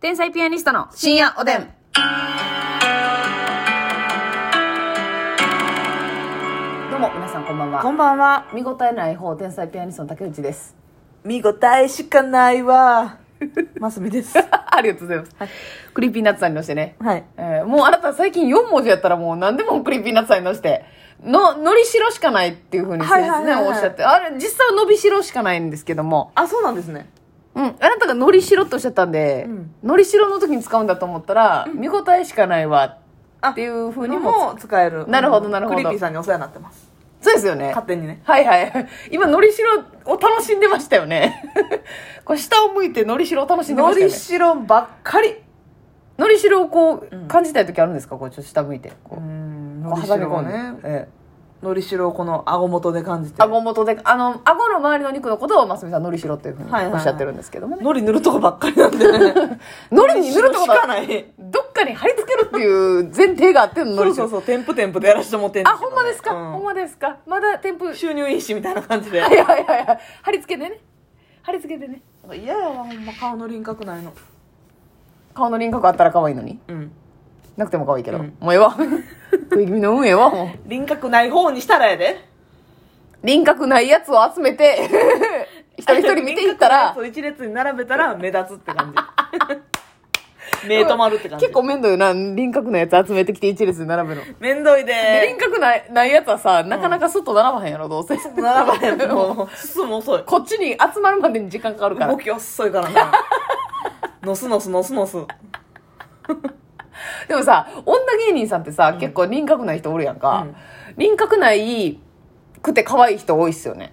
天才ピアニストの深夜おでん。どうも皆さんこんばんこはんばんは。見応えない方天才ピアニストの竹内です見応えしかないわ。マスミで す。ありがとうございます、クリーピーナッツさんに乗してね、はい。えーもうあなた最近4文字やったらもう何でもクリーピーナッツさんに乗してののりしろしかないっていうふうに先生ね、はいはいはいはおいっしゃってあれ実際は伸びしろしかないんですけどもあ、そうなんですね。うん、あなたがのりしろっておっしゃったんで、うんのりしろの時に使うんだと思ったら、見応えしかないわあっていうふうににもも使える。なるほどなるほどクリーピーさんにお世話になってます。そうですよね勝手にね。はいはい。今、のりしろを楽しんでましたよね。 こう下を向いてのりしろを楽しんでまのしたよりね。しろばっかり。のりしろをこううん感じたい時あるんですかこうちょっと下向いて。こううん、このうりし挟みろ込をんで。ね。ええのりしろをこの顎元で感じて。顎元で、あの、顎の周りの肉のことを、ますみさん、のりしろっていうふうにはいはいおはいっしゃってるんですけどもね。のり塗るとこばっかりなんで ね。のりに塗るってことしかは、 ない。どっかに貼り付けるっていう前提があっての、のそりうしそろう。そう、添付添付でやらせてもらってんねんあ、けどほねんまですか、うんほんまですかまだ添付。は収入印紙みたいな感じで。いはいはいはい。貼り付けてね。貼り付けてね。嫌やわ、ほんま顔の輪郭ないの。顔の輪郭あったら可愛いのに。うん。なくても可愛いけど。うんもうええわ。食い気味の運ええわ、もう。輪郭ない方にしたらやで。輪郭ないやつを集めて 一人一人見ていった らそう一列に並べたら目立つって感 じ目止まるって感じ結構面倒よな輪郭のやつ集めてきて一列に並ぶの、面倒いでで輪郭ないないやつはさなかなか外並ばへんやろどうせー並ばへんもう進む遅い こっちに集まるまでに時間かかるから動き遅いからなのすのすのすのすでもさ女芸人さんってさ、結構輪郭ない人おるやんか、輪郭ないくて可愛い人多いっすよね、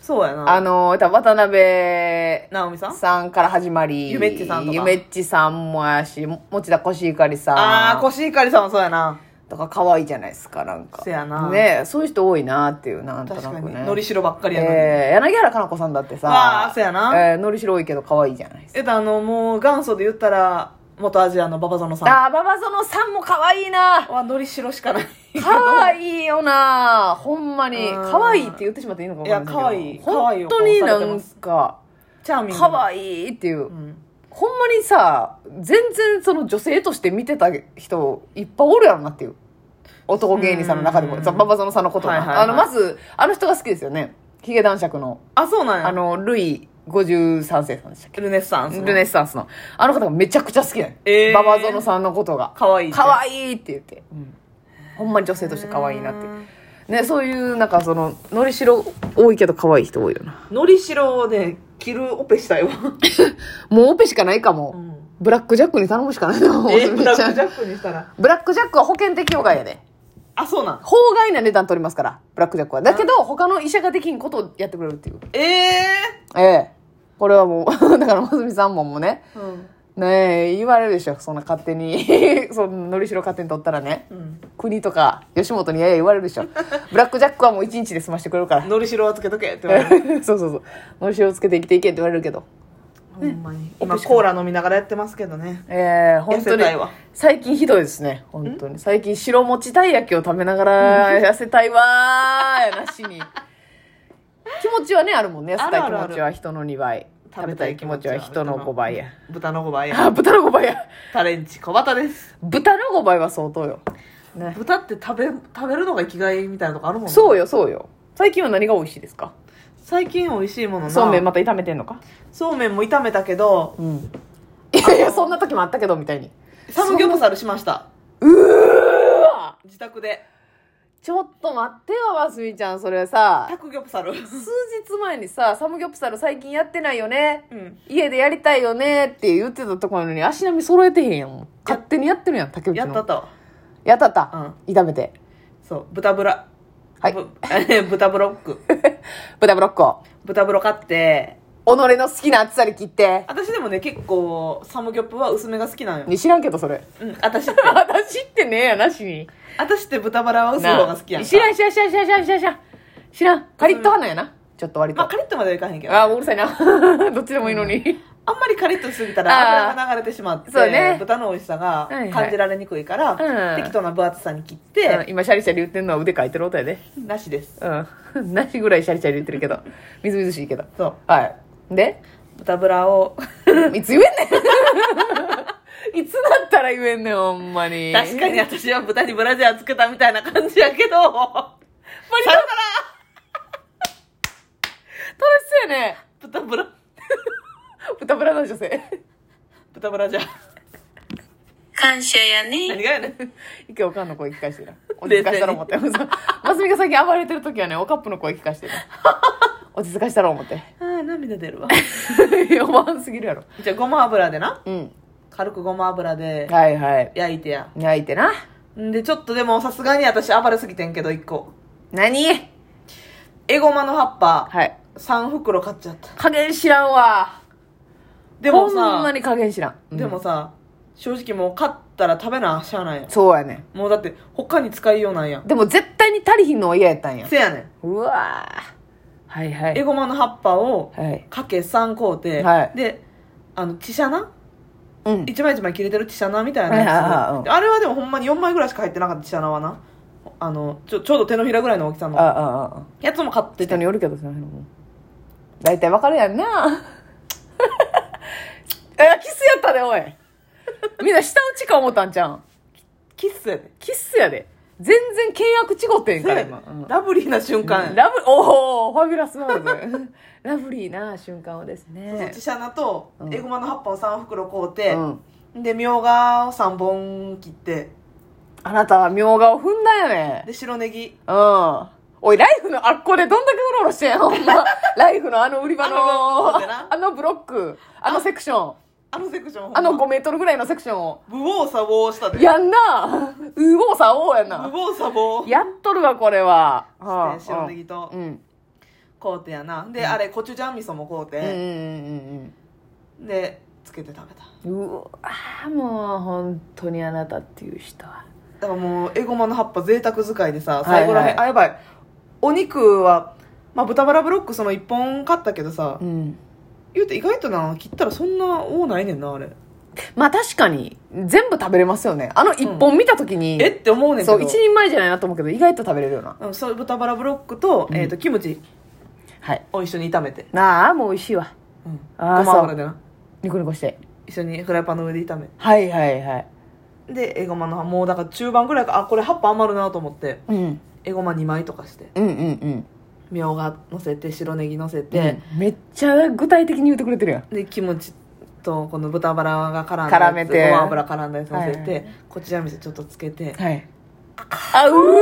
そうやあなの多分渡辺直美さんさんから始まりゆめっちさんとかゆめっちさんもやしも持田コシヒカリさんああコシヒカリさんはそうやなだから可愛いじゃないですかなんかせやなねそういう人多いなっていうなんと確なかくにねのりしろばっかりやなえー柳原加奈子さんだってわさあせやなえーのりしろ多いけど可愛いじゃないですかえっとあのもう元祖で言ったら元アジアのババゾノあさー馬場園さんも可愛いなんはのりしろしかない可愛いよなほんまにうん可愛いって言ってしまっていいのか分かんないけどいや可愛い可愛い本を当になんかチャーミングな可愛いっていう、うんほんまにさ全然その女性として見てた人いっぱいおるやろなっていう男芸人さんの中でもうんザババゾノさんのことな、はいはいはいあのまずあの人が好きですよねヒゲ男爵のあそうなんやあのルイ53世さんでしたっけルネッサンスのルネッサンスのあの方がめちゃくちゃ好きなの、えーババゾノさんのことがかわいい可い愛いって言って、うんほんまに女性として可愛いなってうんねそういうなんかそののりしろ多いけど可愛い人多いよなのりしろをね着るオペしたいわ、もうオペしかないかも、ブラックジャックに頼むしかないな、えブラックジックャックにしたらブラックジャックは保険適用外やであそうなん法外な値段取りますからブラックジャックはだけど他の医者ができんことをやってくれるっていうええええこれはもう だからますみさんももうねうんねえ言われるでしょそんな勝手に そののりしろ勝手に取ったらねうん国とか吉本にやや言われるでしょブラックジャックはもう一日で済ましてくれるからのりしろはつけとけって言われ るそうそうそうのりしろつけて生きていけって言われるけどほんまに今コーラ飲みながらやってますけどねええ本当痩せにたいわ最近ひどいですね本当に最近白餅たい焼きを食べながら痩せたいわーやなしに気持ちはねあるもんね痩せたいあ気るあるある持ちは人の2倍食べたい気持ちは人の5倍や豚の5倍やあ豚の5倍やタレンチ小畑です豚の5倍は相当よ、ね、豚って食べ食べるのが生きがいみたいなとこあるもんねそうよそうよ最近は何が美味しいですか最近美味しいものなそうめんまた炒めてんのかそうめんも炒めたけどうんいやいやそんな時もあったけどみたいにサムギョプサルしましたうわ自宅でちょっと待ってよますみちゃんそれさタクギョプサル数日前にさサムギョプサル最近やってないよねうん家でやりたいよねって言ってたところなのに足並み揃えてへんやん勝手にやってるやん竹内やのったったわやったったうん炒めてそう豚ブラはいぶ豚ブロック 豚ブロックを豚ブロ買って己の好きな厚さに切って私でもね結構サムギョプは薄めが好きなのよ、ね知らんけどそれうん、私って 私ってねえやなしに私って豚バラは薄い方が好きやんか知らん知らん知らん知らん知らん知らん知らん知らんカリッと花やなちょっと割と、まあカリッとまではいかへんけどあーうるさいな どっちでもいいのに、あんまりカリッとしすぎたあーら油が流れてしまって、そうね豚の美味しさはがいはい感じられにくいから、うん適当な分厚さに切っうんて、今シャリシャリ言ってんのは腕かいてる音やでなしですうん なしぐらいシャリシャリ言ってるけどみずみずしいけどそうはいで豚ブラをいつ言えんねん 言えんねん、ほんまに。 確かに私は豚にブラジャーつけたみたいな感じやけど、バリカラ楽しそうやね。 豚ブラ、豚ブラの女性。豚ブラジャー。感謝やね。何がやねん。一回おかんの声聞かしてな。落ち冷着静にかしたら思って。そう ますみが最近暴れてる時はね、おかっぷの声聞かして な。落ち着かしたら思って。 ああ、涙出るわ。やばすぎるやろ。じゃあ、ごま油でな。うん。軽くごま油ではいはい。焼いてや。焼いてな。んで、ちょっとでもさすがに私暴れすぎてんけど、一個。何エゴマの葉っぱ、はい。 3袋買っちゃった。加減知らんわ。でもほんまさ、に加減知らん。うんでもさ、正直もう買ったら食べなしゃあないやんそうやね。もうだって、他に使いようなんやん。でも絶対に足りひんのは嫌やったんや。せやねん。うわぁ。はいはエい。ゴマの葉っぱを、はい。かけ3工程、はいであのチシャナうん。一枚一枚切れてるチシャナみたいなはいはいはいはいやうつんであれはでもほんまに4枚ぐらいしか入ってなかったチシャナはなあのちょちょうど手のひらぐらいの大きさあのあああああ。やつも買って人てによるけどその辺も大体わかるやんな えキスやったでおいみんな下打ちか思ったんじゃんキッスやでキスやで全然契約違ってんから今、うんラブリーな瞬間や、ラブおおファビュラスワールズ ラブリーな瞬間をですそうねチシャナとうんエゴマの葉っぱを3袋買ううて、ん、でみょうがを3本切ってあなたはみょうがを踏んだよねで白ネギうんおいライフのあっこでどんだけうろうろしてんほん まライフのあの売り場のあのブロックであなのブロックあのセクションあのセクションあのご5メートルぐらいのセクションをブオーサボーしたでやんなうおうさおうやブな。オーサボーやっとるわ、これは。はして白ネギとうん。買うてやなで、あれコチュジャン味噌も買ううんうんて、うんでつけて食べたうんうん。うわーもう、本当にあなたっていう人は。だからもうエゴマの葉っぱ贅沢使いでいさはい最後らへん、あやばいお肉は、まあ、豚バラブロックその1本買ったけどさ、うん。言うて意外とな切ったらそんな多ないねんなあれまあ確かに、全部食べれますよね。あの一本見たときに、えって思うねんけそどう、一人前じゃないなと思うけど、意外と食べれるよな。うんそう豚バラブロックと,、えー、とキムチはい。を一緒に炒めて、なあ、もう美味しいわ。うん、ごあーま油でなニコニコして。一緒にフライパンの上で炒めはいはいはい。でエゴマの葉もうだから中盤ぐらいかあこれ葉っぱ余るなと思ってうん。エゴマ2枚とかしてうんうんうん。みょうがのせて白ネギのせてで、、めっちゃ具体的に言ってくれてるやん。でキムチとこの豚バラが絡んだやつ絡めてごま油絡んだやつ乗せて、はいはいこちら味噌ちょっとつけて、はい。あ、うーわ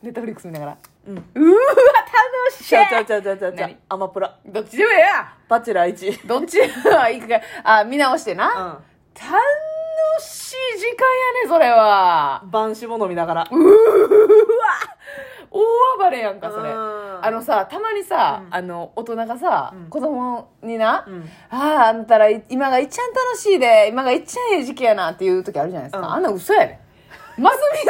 ネットフリックス見ながら。うんうーわ楽しちゃうちゃいうちゃうちゃうちゃう何アマプラどっちでもええやバチェラー1どっちでもいいかあ、見直してな。う楽しい時間やね、それは。ん晩酒も飲みながら大暴れやんか、それ。うんあのさ、たまにさ、うんあの、大人がさ、うん子供にな、うんああ、あんたらい今がいっちゃん楽しいで、今がいっちゃんええ時期やなっていう時あるじゃないですか。うんあんな嘘やで。マスミ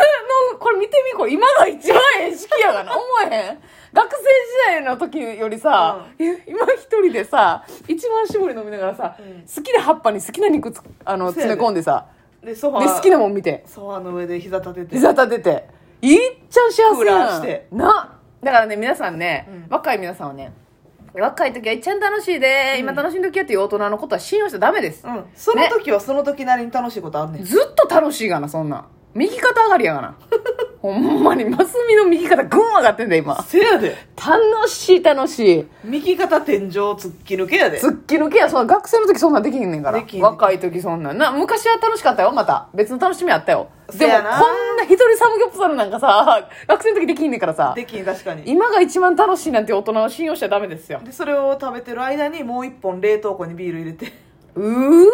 の、これ見てみ、これ今が一番ええ時期や がな。思えへん。学生時代の時よりさ、え今一人でさ、一番絞り飲みながらさ、ん好きな葉っぱに好きな肉つあのそうやで詰め込んでさ、でソファで、ー好きなもん見て、ソファーの上で膝立てて膝立てて、いっちゃう幸せクーラやーんしてな。だからね、皆さんね、うん若い皆さんはね、若い時はいっちゃん楽しいで、今楽しい時やっていう大人のことは信用しちゃダメです。うん、その時はその時なりに楽しいことあんねんずっと楽しいがな、そんなん。右肩上がりやが な。ほんまに、マスミの右肩ぐん上がってんだよ、今。せやで楽しい、楽しい。右肩天井突っき抜けやで突っき抜けや、そんな学生の時そんなんできへんねんからできへ。ん若い時そんなん。な、昔は楽しかったよ、また。別の楽しみあったよ。でせも、こやんなな一人サムギョプサルなんかさ、学生の時できんねんからさ。できん確かに今が一番楽しいなんて大人は信用しちゃダメですよ。でそれを食べてる間にもう一本冷凍庫にビール入れてう ーわ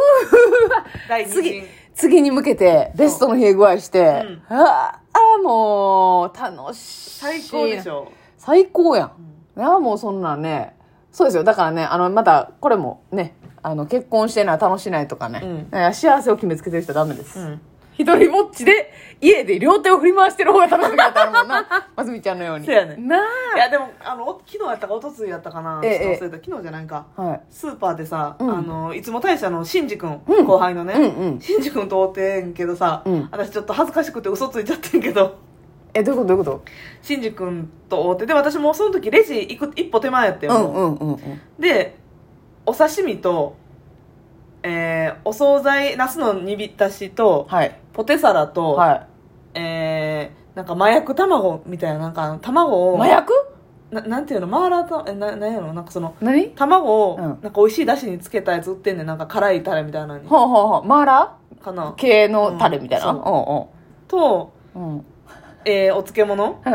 第二次陣、次に向けて、ベストの冷え具合してうん、ああ、もう、楽しい。最高でしょ最高やん、いやもうそんなんねそうですよだからねあのまたこれもねあの結婚してない楽しないとかね、うんなんか幸せを決めつけてる人はダメです、うん一人ぼっちで家で両手を振り回してる方が楽しみ方あるもん なますみちゃんのようにせやねんないやでもあのお昨日やったか一昨日やったかな、ええちょっと忘れた昨日じゃないかあはいスーパーでさ、んあのいつも大社のシンジ君、うん後輩のね、うんうんシンジ君と会うてんけどさ、うん私ちょっと恥ずかしくて嘘ついちゃってんけどえどういうことどういうこシンジ君と会うてで私もうその時レジ行く一歩手前やってとうんもうんうんうんでお刺身とえーお惣菜ナスの煮浸しとはいポテサラと、はいえーなんか麻薬卵みたいななんかあの卵を麻薬ななんていうのマーラーとえななんやろなんかその何卵を、うんなんか美味しいだしにつけたやつ売ってんねんなんか辛いタレみたいなのにほうほうほうマーラかなー系のタレみたいな、ううんん、おと、うんうんえーお漬物うん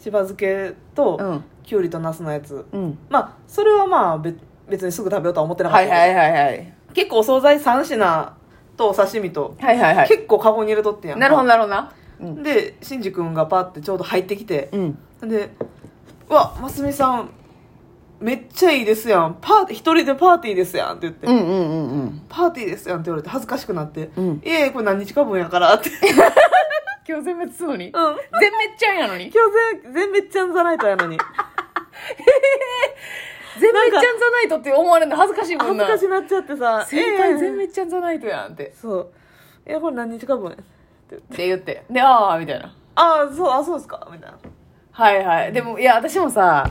千葉漬けと、うんきゅうりとナスのやつうんまあそれはまあべ別にすぐ食べようとは思ってなかっはたいけど、はいはいはい結構お惣菜3品とお刺身と、はいはいはい結構カゴに入れとってんやんかなるほどなるほどなうんでしんじ君がパってちょうど入ってきて、うんで「うわますみさんめっちゃいいですやんパーティー一人でパーティーですやん」って言って、うんうんうんうんパーティーですやん」って言われて恥ずかしくなって「うんいえいえこれ何日か分やから」って「今日全滅するのにうん全滅ちゃんやのに今日全全滅ちゃんざないとやの に全滅ちゃんじゃないとって思われるの恥ずかしいも恥んずなかしなっちゃってさ先輩全滅滅ちゃんじゃないとやんってそう「えこれ何日か分?」って言ってって言ってでああみたいな「ああそうあそうですか」みたいなはいはいでもいや私もさ、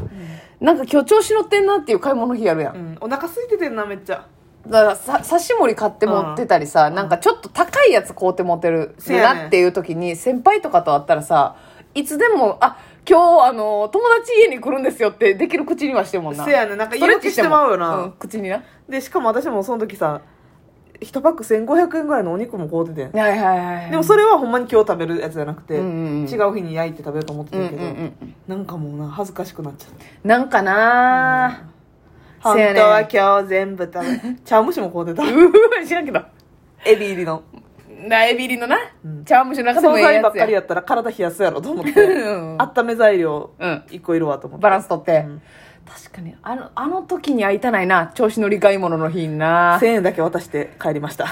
なんか今日調子乗ってんなっていう買い物日やるやん、うんお腹空いててんなめっちゃだからさ刺し盛り買って持ってたりさ、なんかちょっと高いやつ買うて持ってるせやねんなっていう時に先輩とかと会ったらさいつでも「あ今日あの友達家に来るんですよ」ってできる口にはしてもんなせやねんなんかストレッ言いチ訳してまうよんな口になはいでしかも私もその時さ1パック1500円ぐらいのお肉も買うててんはいはいはいでもそれはほんまに今日食べるやつじゃなくて、うんうんうん違う日に焼いて食べると思ってたけど、うんうんうんうんなんかもうな恥ずかしくなっちゃってなんかな本せやね当んは今日全部食べ茶蒸しもこうてたーう ー知らんけど エビ入りのなエビ入りのな、うん茶碗蒸しの中でも惣ええやつ菜やばっかりやったら体冷やすやろと思ってうん温め材料うん一個いるわと思ってバランス取って、ん確かにあのあの時に会いたないな調子乗り買い物の日にな1000円だけ渡して帰りました